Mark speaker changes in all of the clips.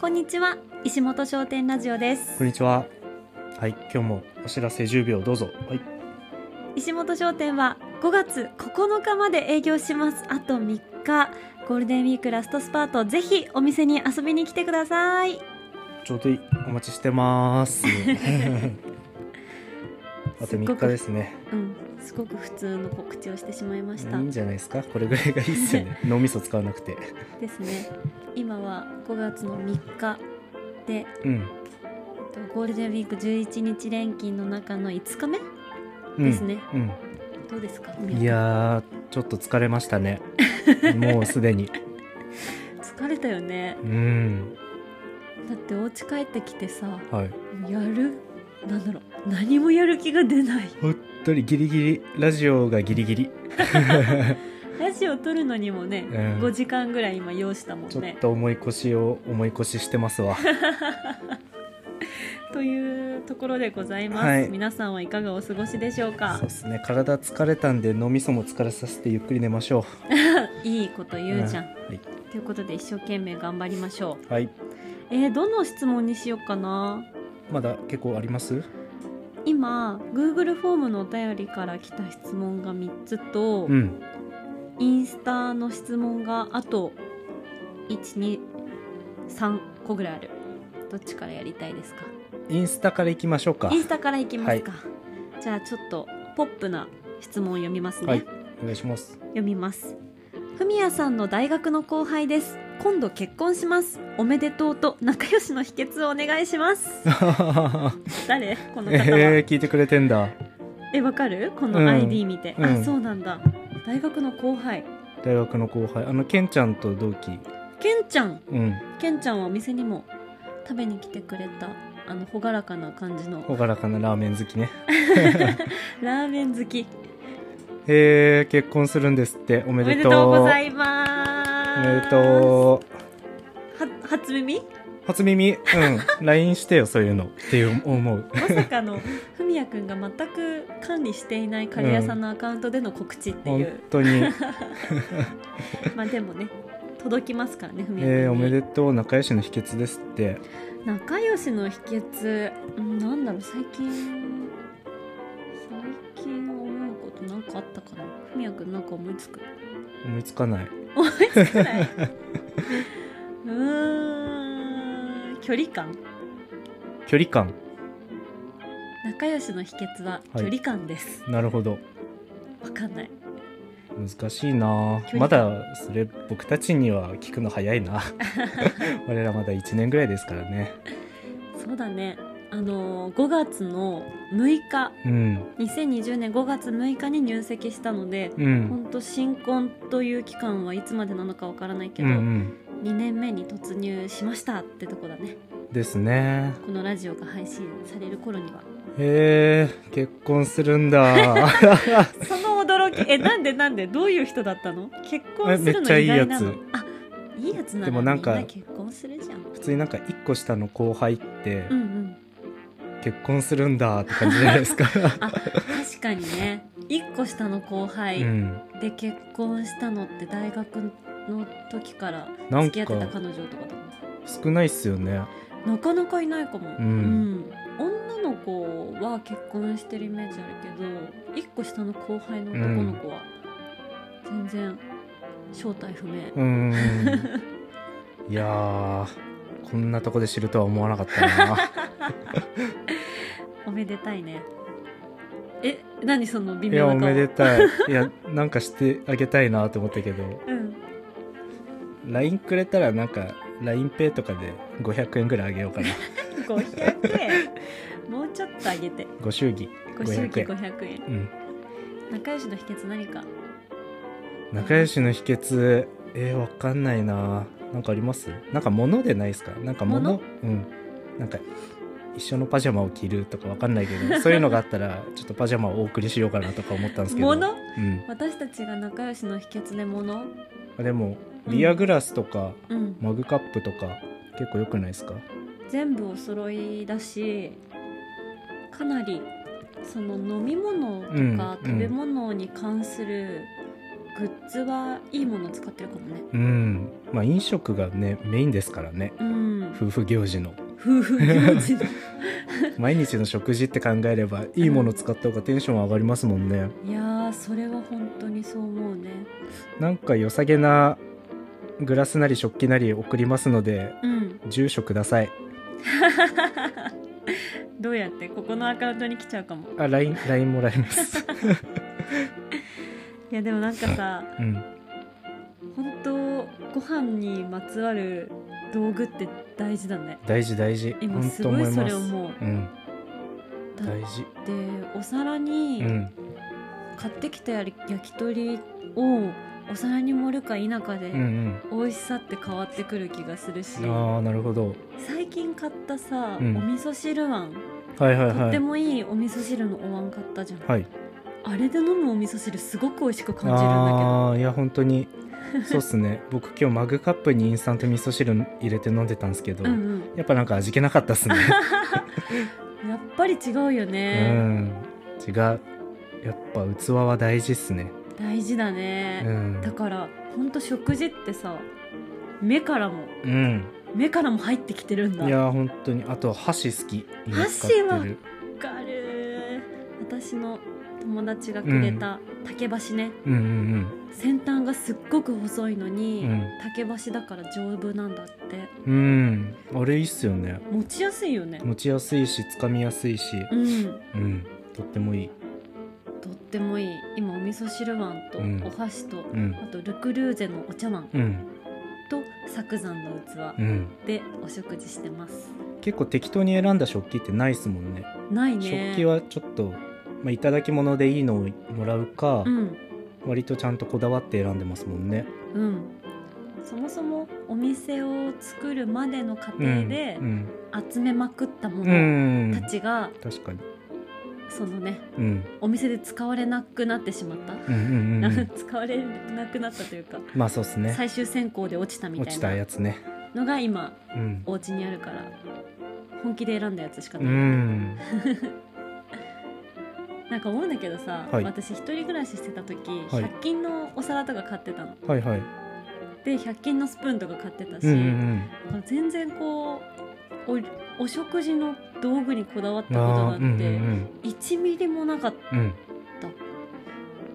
Speaker 1: こんにちは石本商店ラジオです
Speaker 2: こんにちは。はい、今日もお知らせ10秒どうぞ。はい、
Speaker 1: 石本商店は5月9日まで営業しますあと3日ゴールデンウィークラストスパートぜひお店に遊びに来てください
Speaker 2: ちょうどいいお待ちし てます。あと
Speaker 1: すっご
Speaker 2: 3
Speaker 1: く
Speaker 2: 日ですね。
Speaker 1: うんすごく普通の告知をしてしまいま
Speaker 2: い
Speaker 1: した
Speaker 2: いんじゃないですか。これぐらいがいいです よね。脳みそ使わなくて。
Speaker 1: ですね今は5月の3日で
Speaker 2: うん。
Speaker 1: えっとゴールデンウィーク11日連勤の中の5日目
Speaker 2: うん、
Speaker 1: ですね。
Speaker 2: うん。
Speaker 1: どうですか
Speaker 2: いやー、ちょっと疲れまし たね。もうすでに。
Speaker 1: 疲れたよね
Speaker 2: うん。
Speaker 1: だってお家帰ってきてさ
Speaker 2: はい。
Speaker 1: やるなんだろう何もやる気が出ない
Speaker 2: 本当にギリギリ、ラジオがギリギリ。
Speaker 1: ラジオ撮るのにもね、
Speaker 2: うん
Speaker 1: 5時間ぐらい今要したも
Speaker 2: ちょ
Speaker 1: ん
Speaker 2: っ
Speaker 1: ね
Speaker 2: と重い腰を思い腰してますわ。
Speaker 1: というところでございます、
Speaker 2: はい
Speaker 1: 皆さんはいかがお過ごしでしょうか
Speaker 2: そうですね。体疲れたんで脳みそも疲れさせてゆっくり寝ましょ
Speaker 1: いいこと言うじゃん、
Speaker 2: う。はい。
Speaker 1: ということで一生懸命頑張りましょう
Speaker 2: はい。
Speaker 1: えー、どの質問にしようかな
Speaker 2: まだ結構あります
Speaker 1: 今 Google フォームのお便りから来た質問が3つと、
Speaker 2: うん。
Speaker 1: インスタの質問があと123個ぐらいあるどっちからやりたいですか
Speaker 2: インスタから行きましょうか
Speaker 1: イ。ンスタからいきますか、じゃあちょっとポップな質問を読みますね、
Speaker 2: はい。お願いします。
Speaker 1: 読みますふみやさんの大学の後輩です今度結婚しますおめでとうと仲良しの秘訣をお願いします 誰この方は、
Speaker 2: えー、聞いてくれてんだ。
Speaker 1: えわかるこ
Speaker 2: う
Speaker 1: の
Speaker 2: ん
Speaker 1: ID 見て、
Speaker 2: う
Speaker 1: あ
Speaker 2: ん
Speaker 1: そうなんだ大学の後輩
Speaker 2: 大学の後輩。あの、ケンちゃんと同期。
Speaker 1: けんちゃん
Speaker 2: うん。
Speaker 1: けんちゃんはお店にも食べに来てくれたあの朗らかな感じの
Speaker 2: 朗らかなラーメン好きね。
Speaker 1: ラーメン好き
Speaker 2: えー、結婚するんですって。お
Speaker 1: お
Speaker 2: め
Speaker 1: め
Speaker 2: で
Speaker 1: で
Speaker 2: とう。
Speaker 1: とうございます
Speaker 2: おめでと
Speaker 1: は初耳
Speaker 2: う。初耳。うん。LINE してよ、そういうの。って思う。
Speaker 1: まさかのふみやくんが全く管理していないカレー屋さんのアカウントでの告知ってい
Speaker 2: 本
Speaker 1: う、
Speaker 2: 当に。
Speaker 1: まあでもね届きますからねふみやくんに、
Speaker 2: えー、おめでとう。仲良しの秘訣ですって。
Speaker 1: 仲良しの秘訣うんなんだろう最近最近思うことなんかあったかなふみやくんなんか思い つく
Speaker 2: 思いつかない。
Speaker 1: 思いつかないうーん距離感
Speaker 2: 距離感。
Speaker 1: 仲良しの秘訣は距離感です、
Speaker 2: なるほど。
Speaker 1: わかんない
Speaker 2: 難しいな
Speaker 1: 距離
Speaker 2: まだそれ僕たちには聞くの早 いな我らまだ1年ぐらいですからね
Speaker 1: そうだねあの5月の6日
Speaker 2: うん
Speaker 1: 2020年5月6日に入籍したので、
Speaker 2: う
Speaker 1: ほ
Speaker 2: ん
Speaker 1: んと新婚という期間はいつまでなのかわからないけ
Speaker 2: うん
Speaker 1: ど、
Speaker 2: うん
Speaker 1: 2年目に突入しましたってとこだね
Speaker 2: ですね
Speaker 1: このラジオが配信される頃には
Speaker 2: へえ結婚する んだ
Speaker 1: その驚きえなんでなんでどういう人だったの結婚
Speaker 2: え
Speaker 1: す
Speaker 2: め
Speaker 1: る
Speaker 2: っ
Speaker 1: の
Speaker 2: ちゃい
Speaker 1: 意
Speaker 2: いや
Speaker 1: 外
Speaker 2: つ
Speaker 1: なのあいいやつなら
Speaker 2: でもなんか
Speaker 1: みんな結婚するじゃん
Speaker 2: 普通になんか1個下の後輩って
Speaker 1: うんうん
Speaker 2: 結婚するんだって感じじゃな いですか
Speaker 1: あ確かにね1個下の後輩、
Speaker 2: うん
Speaker 1: で結婚したのって大学の時から
Speaker 2: なんか
Speaker 1: 付き合ってた彼女とかだもん
Speaker 2: 少ないっすよね
Speaker 1: なかなかいないかも、
Speaker 2: うん
Speaker 1: うん女の子は結婚してるイメージあるけど1個下の後輩の男の子は全然正体不明、
Speaker 2: うん いやーこんなとこで知るとは思わなかったな
Speaker 1: おめでたいねえ何その微
Speaker 2: いや
Speaker 1: 妙な
Speaker 2: お
Speaker 1: 顔
Speaker 2: めでたいいやなんかしてあげたいなと思ったけど
Speaker 1: うん
Speaker 2: LINE くれたらなんか LINEPay とかで500円ぐらいあげようかな
Speaker 1: 500円 もうちょっとあげて
Speaker 2: ご祝儀
Speaker 1: ご祝儀
Speaker 2: 500
Speaker 1: 500円
Speaker 2: うん
Speaker 1: 仲良しの秘訣何か
Speaker 2: 仲良しの秘訣えー、わかんないななんかありますなんか物でないですかなんか物
Speaker 1: 物
Speaker 2: うんなんか一緒のパジャマを着るとかわかんないけ どそういうのがあったらちょっとパジャマをお送りしようかなとか思ったんですけど
Speaker 1: 物
Speaker 2: うん
Speaker 1: 私たちが仲良しの秘訣で物
Speaker 2: あでもビアグラスとか
Speaker 1: うん
Speaker 2: マグカップとか結構良くないですか
Speaker 1: 全部お揃いだしかなりその飲み物とか
Speaker 2: うん
Speaker 1: 食べ物に関するグッズはいいものを使ってるかもね
Speaker 2: うんまあ飲食がねメインですからね
Speaker 1: うんうん
Speaker 2: 夫婦行事の
Speaker 1: 夫婦行 事の
Speaker 2: 毎日の食事って考えればいいもの使った方がテンション上がりますもんね
Speaker 1: いやーそれは本当にそう思うね
Speaker 2: なんか良さげなグラスなり食器なり送りますので
Speaker 1: うん
Speaker 2: 住所ください
Speaker 1: どうやってここのアカウントに来ちゃうかも
Speaker 2: あ LINE, LINE もらえま す
Speaker 1: いやでもなんかさ
Speaker 2: うん
Speaker 1: 本当ご飯にまつわる道具って大事だね
Speaker 2: 大事大事
Speaker 1: 今
Speaker 2: 本
Speaker 1: す
Speaker 2: 当
Speaker 1: ご
Speaker 2: 思い
Speaker 1: い
Speaker 2: ます
Speaker 1: それ思う
Speaker 2: うん
Speaker 1: だ
Speaker 2: 大事
Speaker 1: ってお皿
Speaker 2: う
Speaker 1: に
Speaker 2: ん
Speaker 1: 買ってきたやり焼き鳥をお皿に盛るか否か
Speaker 2: うんう
Speaker 1: で
Speaker 2: ん
Speaker 1: 美味しさって変わってくる気がするし、
Speaker 2: ああなるほど
Speaker 1: 最近買ったさ、
Speaker 2: うん
Speaker 1: お味噌汁碗
Speaker 2: はいはい
Speaker 1: とっ
Speaker 2: は
Speaker 1: て
Speaker 2: い
Speaker 1: もいいお味噌汁のお椀買ったじゃん、
Speaker 2: はい
Speaker 1: あれで飲むお味噌汁すごく美味しく感じるんだけど
Speaker 2: ああーいや本当にそうっすね僕今日マグカップにインスタント味噌汁入れて飲んでたんですけど、
Speaker 1: うん
Speaker 2: やっぱなんか味気なかったっすね
Speaker 1: うんやっぱり違うよ
Speaker 2: う
Speaker 1: ね、
Speaker 2: ん違うやっぱ器は大事っすね
Speaker 1: 大事だ
Speaker 2: う
Speaker 1: ね、だ
Speaker 2: ん、
Speaker 1: からほんと食事ってさ目からも
Speaker 2: うん、
Speaker 1: 目からも入ってきてるんだ
Speaker 2: いや本当にあと箸好き今使って
Speaker 1: 箸は
Speaker 2: る
Speaker 1: わかる私の友達がくれた竹箸ね、
Speaker 2: うんうん
Speaker 1: 先端がすっごく細いのに、
Speaker 2: うん
Speaker 1: 竹箸だから丈夫なんだって
Speaker 2: うんうんあれいいっすよね
Speaker 1: 持ちやすいよね
Speaker 2: 持ちやすいしつかみやすいし
Speaker 1: うん
Speaker 2: うんとってもいい
Speaker 1: とってもいい今お味噌汁碗と
Speaker 2: うん
Speaker 1: お箸と、
Speaker 2: うん
Speaker 1: あとルクルーゼのお茶碗
Speaker 2: うん
Speaker 1: と作山の器
Speaker 2: うん
Speaker 1: でお食事してます
Speaker 2: 結構適当に選んだ食器ってないっすもんね
Speaker 1: ないね
Speaker 2: 食器はちょっと、まあ、いただき物でいいのをもらうか、
Speaker 1: うん
Speaker 2: 割とちゃんとこだわって選んでますもんね。
Speaker 1: うんそもそもお店を作るまでの過程
Speaker 2: うん
Speaker 1: で
Speaker 2: うん
Speaker 1: 集めまくったも
Speaker 2: う
Speaker 1: のた
Speaker 2: ん
Speaker 1: ちが、
Speaker 2: 確かに、
Speaker 1: そのね
Speaker 2: うん、
Speaker 1: お店で使われなくなってしまった、
Speaker 2: うんうんうんうん
Speaker 1: 使われなくなったというか、
Speaker 2: まあそうっすね
Speaker 1: 最終選考で落ちたみ
Speaker 2: 落
Speaker 1: たい
Speaker 2: ちた
Speaker 1: な
Speaker 2: やつね
Speaker 1: のが今
Speaker 2: うん、
Speaker 1: お家にあるから本気で選んだやつしか
Speaker 2: う
Speaker 1: ない、
Speaker 2: ん、
Speaker 1: なんか思うんだけどさ、
Speaker 2: はい
Speaker 1: 私一人暮らししてた時、
Speaker 2: はい
Speaker 1: 100均のお皿とか買ってたの
Speaker 2: はいはい
Speaker 1: で100均のスプーンとか買ってたし、
Speaker 2: うんうん
Speaker 1: 全然こうおお食事の道具にこだわった
Speaker 2: うん
Speaker 1: こと
Speaker 2: あ
Speaker 1: な
Speaker 2: ー
Speaker 1: ん
Speaker 2: うんうんう
Speaker 1: て
Speaker 2: ん
Speaker 1: 1ミリもなかっ
Speaker 2: うん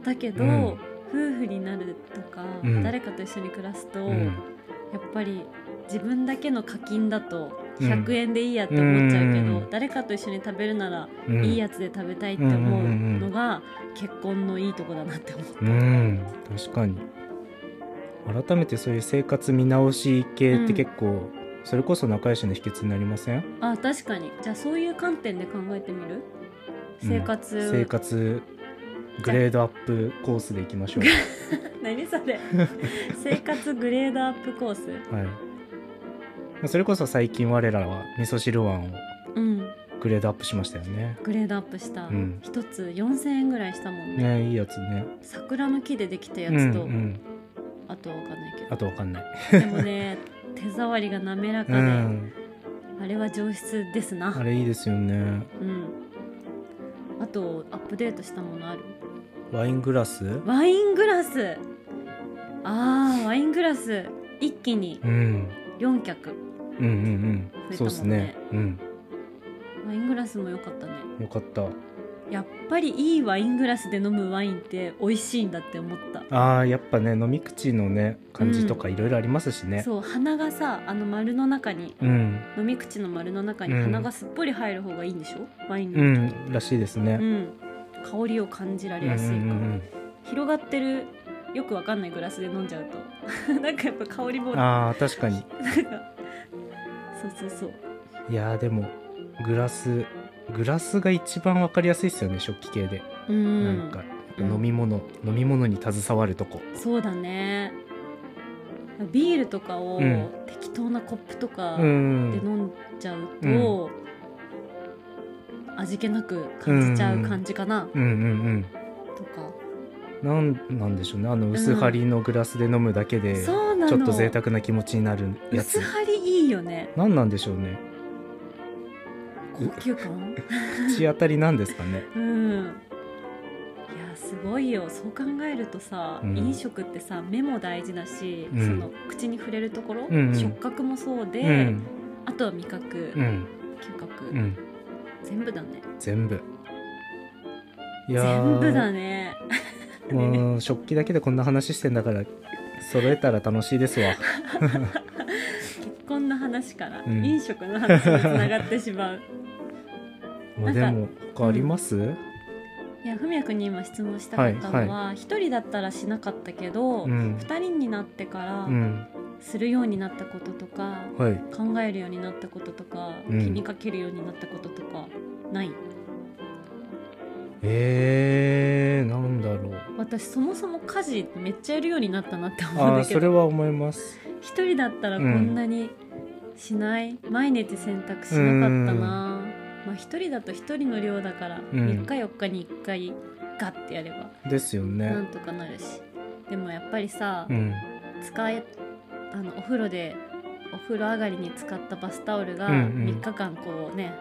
Speaker 1: たけど、
Speaker 2: うん
Speaker 1: 夫婦になるとか、
Speaker 2: うん
Speaker 1: 誰かと一緒に暮らすと、
Speaker 2: うん
Speaker 1: やっぱり自分だけの課金だと
Speaker 2: うん
Speaker 1: 100円でいいやって思っちゃうけど、
Speaker 2: うん
Speaker 1: 誰かと一緒に食べるなら
Speaker 2: うん
Speaker 1: いいやつで食べたいって思うのが結婚のいいとこだなって思った。
Speaker 2: うん確かに改めてそういう生活見直し系って結構、それこそ仲良しの秘訣になりません
Speaker 1: あ確かにじゃあそういう観点で考えてみる
Speaker 2: うん
Speaker 1: 生活、
Speaker 2: 生活グレードアップコースでいきましょう。
Speaker 1: 何そ れ生活グレードアップコース
Speaker 2: はい。まあそれこそ最近我らは味噌汁碗を
Speaker 1: うん
Speaker 2: グレードアップしましたよね。
Speaker 1: グレードアップした
Speaker 2: うん
Speaker 1: 一、つ4000円ぐらいしたもんね
Speaker 2: ねいいやつね。
Speaker 1: 桜の木でできたや
Speaker 2: うんう
Speaker 1: つと、
Speaker 2: ん。
Speaker 1: あとは分かんない
Speaker 2: あとわかんない。
Speaker 1: けどでもね手触りが滑らか
Speaker 2: う
Speaker 1: で、
Speaker 2: ん。
Speaker 1: あれは上質ですな
Speaker 2: あれいいですよね。
Speaker 1: うんあとアップデートしたものある
Speaker 2: ワイングラス。
Speaker 1: ワイングラスあーワイングラス一気に
Speaker 2: うん。
Speaker 1: 4脚
Speaker 2: うんうんうん。
Speaker 1: 増
Speaker 2: そう
Speaker 1: え
Speaker 2: で
Speaker 1: た
Speaker 2: す
Speaker 1: もん
Speaker 2: ね
Speaker 1: ね。
Speaker 2: うん。
Speaker 1: ワイングラスも良かったね
Speaker 2: よかった。
Speaker 1: やっぱりいいワイングラスで飲むワインって美味しいんだって思った、
Speaker 2: ああやっぱね飲み口のね感じとかいろいろありますしね。
Speaker 1: そう鼻がさあの丸の中に
Speaker 2: うん。
Speaker 1: 飲み口の丸の中に
Speaker 2: うん
Speaker 1: 鼻がすっぽり入る方がいいんでしょワインの、
Speaker 2: う、んらしいです
Speaker 1: う
Speaker 2: ね。
Speaker 1: ん、香りを感じら
Speaker 2: う
Speaker 1: れ
Speaker 2: んう
Speaker 1: やすいから、
Speaker 2: ん
Speaker 1: 広がってるよくわかんないグラスで飲んじゃうと なんかやっぱ香り
Speaker 2: う
Speaker 1: もな
Speaker 2: ん。
Speaker 1: んか
Speaker 2: ああ確かに。
Speaker 1: そうそうそう
Speaker 2: いやーでもグラスグラスが一番わかりやすいですよね食器系で、
Speaker 1: うん
Speaker 2: なんか飲み物、飲み物に携わるとこ
Speaker 1: そうだねビールとかを
Speaker 2: うん
Speaker 1: 適当なコップとか
Speaker 2: う
Speaker 1: で
Speaker 2: ん
Speaker 1: 飲んじゃうと、味気なく感じちゃう感じかな、
Speaker 2: うんうん
Speaker 1: とか
Speaker 2: うんなんなんでしょうねあの薄張りのグラスで飲むだけで、ち
Speaker 1: そうなの
Speaker 2: ょっと贅沢な気持ちになるや
Speaker 1: 薄
Speaker 2: つ
Speaker 1: 張りいいよね
Speaker 2: なんなんでしょうね
Speaker 1: 高級 感
Speaker 2: 口当たりなんです かね
Speaker 1: うんいやすごいよそう考えるとさ、
Speaker 2: うん
Speaker 1: 飲食ってさ目も大事だし、
Speaker 2: うん
Speaker 1: その口に触れるところ、
Speaker 2: うんうん
Speaker 1: 触覚もそうで、
Speaker 2: うん
Speaker 1: ああとは味覚、
Speaker 2: うん
Speaker 1: 嗅覚、
Speaker 2: うん
Speaker 1: 全部だね
Speaker 2: 全部いやー
Speaker 1: 全部だね
Speaker 2: もう食器だけでこんな話してんだから揃えたら楽しいです わ
Speaker 1: 結婚の話から、
Speaker 2: うん
Speaker 1: 飲食の話につながってしまう
Speaker 2: まあでも他あります、
Speaker 1: いやふみやくんに今質問したかったのは一、人だったらしなかったけど、
Speaker 2: う
Speaker 1: 二
Speaker 2: ん
Speaker 1: 人になってから
Speaker 2: うん
Speaker 1: するようになったこととか、
Speaker 2: はい
Speaker 1: 考えるようになったこととか、
Speaker 2: うん
Speaker 1: 気にかけるようになったこととかない
Speaker 2: えー、なんだろう
Speaker 1: 私そもそも家事めっちゃやるようになったなって思うん
Speaker 2: ああ
Speaker 1: だけ
Speaker 2: それ
Speaker 1: ど
Speaker 2: は思います
Speaker 1: 一人だったらこんなにしない、毎日洗濯しなかったな、まあ一人だと一人の量だから
Speaker 2: うん
Speaker 1: 3日4日に1回ガッてやれば
Speaker 2: ですよ
Speaker 1: な
Speaker 2: ね
Speaker 1: んとかなるし、でもやっぱりさ、
Speaker 2: うん
Speaker 1: 使えあのお風呂でお風呂上がりに使ったバスタオルが
Speaker 2: うんうん
Speaker 1: 3日間こうね、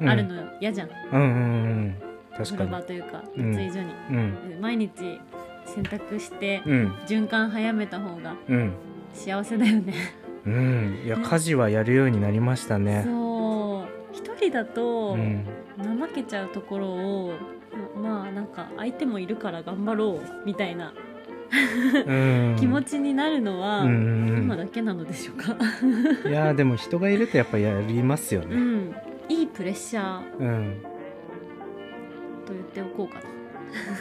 Speaker 2: うん
Speaker 1: あるの嫌じゃん
Speaker 2: うんうんうん
Speaker 1: お
Speaker 2: 確
Speaker 1: 風
Speaker 2: か
Speaker 1: 呂
Speaker 2: に
Speaker 1: 場というか
Speaker 2: うん
Speaker 1: 脱衣所に、
Speaker 2: うん
Speaker 1: 毎日洗濯して
Speaker 2: うん
Speaker 1: 循環早めた方が
Speaker 2: うん
Speaker 1: 幸せだよね
Speaker 2: うんいや家事はやるようになりましたね
Speaker 1: そう一人だ
Speaker 2: う
Speaker 1: と
Speaker 2: ん
Speaker 1: 怠けちゃうところを、まあなんか相手もいるから頑張ろうみたいな
Speaker 2: うん
Speaker 1: 気持ちになるのは、
Speaker 2: うんうんうん
Speaker 1: 今だけなのでしょうか
Speaker 2: いやーでも人がいるとやっぱやりますよ
Speaker 1: う
Speaker 2: ね
Speaker 1: んいいプレッシャー
Speaker 2: うん
Speaker 1: と言っておこうか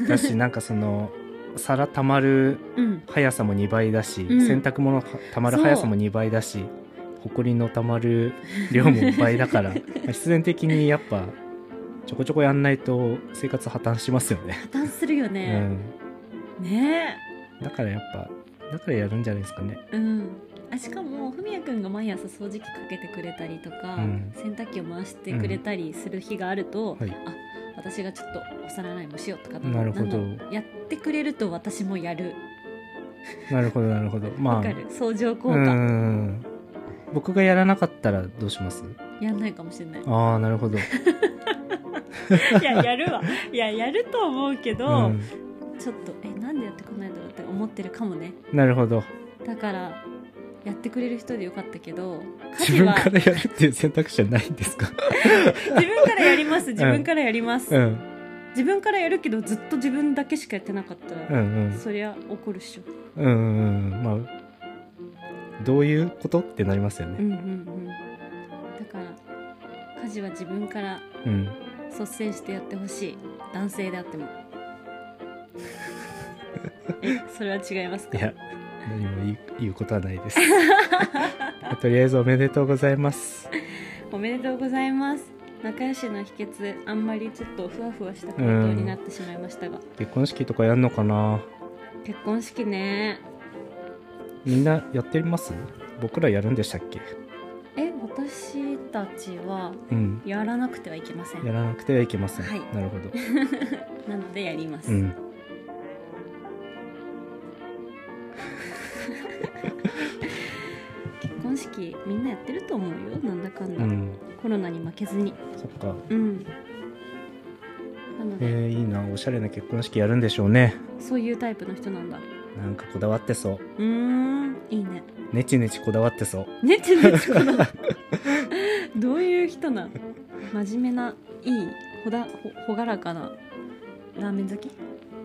Speaker 1: な
Speaker 2: だしなんかその皿たまる
Speaker 1: うん
Speaker 2: 速さも2倍だし、
Speaker 1: うん
Speaker 2: 洗濯物たまる速さも2倍だし埃のたまる量も倍だから まあ必然的にやっぱちょこちょこやんないと生活破綻しますよね、
Speaker 1: 破綻するよね、ね
Speaker 2: うん、だからやっぱだからやるんじゃないですかね
Speaker 1: えうんあしかもふみやくんが毎朝掃除機かけてくれたりとか、
Speaker 2: うん
Speaker 1: 洗濯機を回してくれたりする日があると、
Speaker 2: はい
Speaker 1: あ私がちょっとお皿洗いもしようとか
Speaker 2: なるほ
Speaker 1: な
Speaker 2: ど
Speaker 1: んだろうやってくれると私もやる
Speaker 2: なるほどなるほどまあ
Speaker 1: わかる相乗効
Speaker 2: う
Speaker 1: 果、
Speaker 2: ん僕がやらなかったらどうします
Speaker 1: やんないかもしれない
Speaker 2: ああなるほど、
Speaker 1: いややるわいややると思うけ
Speaker 2: う
Speaker 1: ど、
Speaker 2: ん、
Speaker 1: ちょっとえなんでやってこないだろうって思ってるかもね
Speaker 2: なるほど
Speaker 1: だからやってくれる人でよかったけど
Speaker 2: 自
Speaker 1: 家事
Speaker 2: 分
Speaker 1: は
Speaker 2: からやるっていう選択肢はないんですか
Speaker 1: 自分からやります自分からやります、
Speaker 2: うん
Speaker 1: 自分からやるけどずっと自分だけしかやってなかった
Speaker 2: うんう
Speaker 1: ら、
Speaker 2: ん
Speaker 1: そりゃ怒るっしょ
Speaker 2: うんうんうんまあどういうことってなりますよ
Speaker 1: う
Speaker 2: ね。
Speaker 1: んうんうんだから家事は自分から
Speaker 2: うん、
Speaker 1: 率先してやってほしい男性であ ってもえそれは違います
Speaker 2: い
Speaker 1: か
Speaker 2: や何も言う言うことはないです。 とりあえずおめでとうございます。
Speaker 1: おめでとうございます仲良しの秘訣あんまりちょっとふわふわした回答になってしまいましたが、
Speaker 2: 結婚式とかやんのかな。
Speaker 1: 結婚式ね
Speaker 2: みんなやってます？僕らやるんでしたっけ？
Speaker 1: え私たちは
Speaker 2: うん。
Speaker 1: やらなくてはいけませ
Speaker 2: や
Speaker 1: ん
Speaker 2: らなくてはいけません。
Speaker 1: はい
Speaker 2: なるほど。
Speaker 1: なのでやります、
Speaker 2: うん。
Speaker 1: 結婚式みんなやってると思うよなんだかん
Speaker 2: う
Speaker 1: だ、
Speaker 2: ん。
Speaker 1: コロナに負けずに
Speaker 2: そっか。
Speaker 1: うんなの
Speaker 2: え
Speaker 1: で、
Speaker 2: ー、いいな。おしゃれな結婚式やるんでしょうね。
Speaker 1: そういうタイプの人なんだ
Speaker 2: なんかこだわってそう。
Speaker 1: うーんいいね
Speaker 2: ねちねちこだわってそう。
Speaker 1: ねちねちこのどういう人なの真面目ないいほだほほがらかなラーメン好き
Speaker 2: い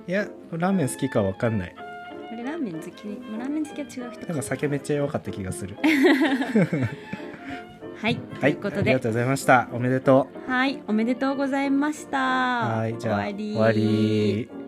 Speaker 2: やラーメン好きかわかんない。
Speaker 1: あれラーメン好きまあラーメン好きは違う人
Speaker 2: なんか酒めっちゃ弱かった気がする。
Speaker 1: はい、と
Speaker 2: はいい、
Speaker 1: う
Speaker 2: あ
Speaker 1: こと
Speaker 2: り
Speaker 1: で
Speaker 2: がとうございました。おめでとう。
Speaker 1: はい、おめでとうございました。
Speaker 2: はい、じゃあ
Speaker 1: 終わり
Speaker 2: 終わり